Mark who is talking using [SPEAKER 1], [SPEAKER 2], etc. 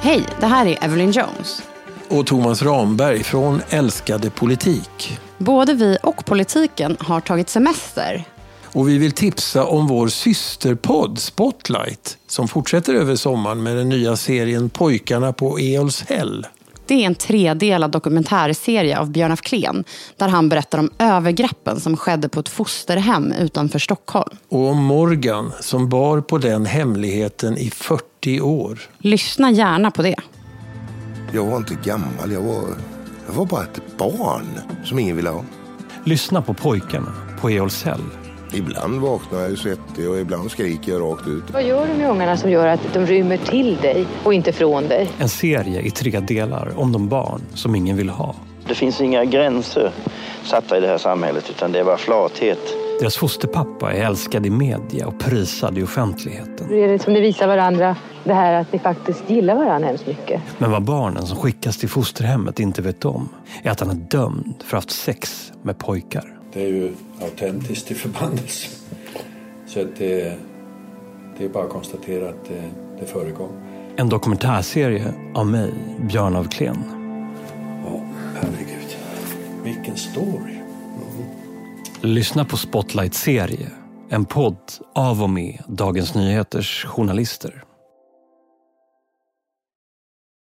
[SPEAKER 1] Hej, det här är Evelyn Jones.
[SPEAKER 2] och Thomas Ramberg från Älskade Politik.
[SPEAKER 1] Både vi och politiken har tagit semester.
[SPEAKER 2] Och vi vill tipsa om vår systerpodd Spotlight som fortsätter över sommaren med den nya serien Pojkarna på Eolshäll.
[SPEAKER 1] Det är en tredelad dokumentärserie av Björn af Kleen där han berättar om övergreppen som skedde på ett fosterhem utanför Stockholm.
[SPEAKER 2] Och om Morgan som bar på den hemligheten i 40 år.
[SPEAKER 1] Lyssna gärna på det.
[SPEAKER 3] Jag var inte gammal, jag var, jag var bara ett barn som ingen ville ha.
[SPEAKER 4] Lyssna på pojkarna på E Eolshäll.
[SPEAKER 3] Ibland vaknar jag ju svettig och ibland skriker jag rakt ut.
[SPEAKER 5] Vad gör du med ungarna som gör att de rymmer till dig och inte från dig?
[SPEAKER 4] En serie i tre delar om de barn som ingen vill ha.
[SPEAKER 6] Det finns inga gränser satta i det här samhället utan det är bara flathet.
[SPEAKER 4] Deras fosterpappa är älskad i media och prisad i offentligheten.
[SPEAKER 5] Hur är det som ni visar varandra det här att ni faktiskt gillar varandra hemskt mycket?
[SPEAKER 4] Men vad barnen som skickas till fosterhemmet inte vet om är att han är dömd för att ha haft sex med pojkar.
[SPEAKER 7] Det är ju autentiskt till förbannelse. Så att det, det är bara att konstatera att det, det förekom.
[SPEAKER 4] En dokumentärserie av mig, Björn af Kleen.
[SPEAKER 7] Ja, herregud. Vilken story.
[SPEAKER 4] Lyssna på Spotlight-serie, en podd av och med Dagens Nyheters journalister.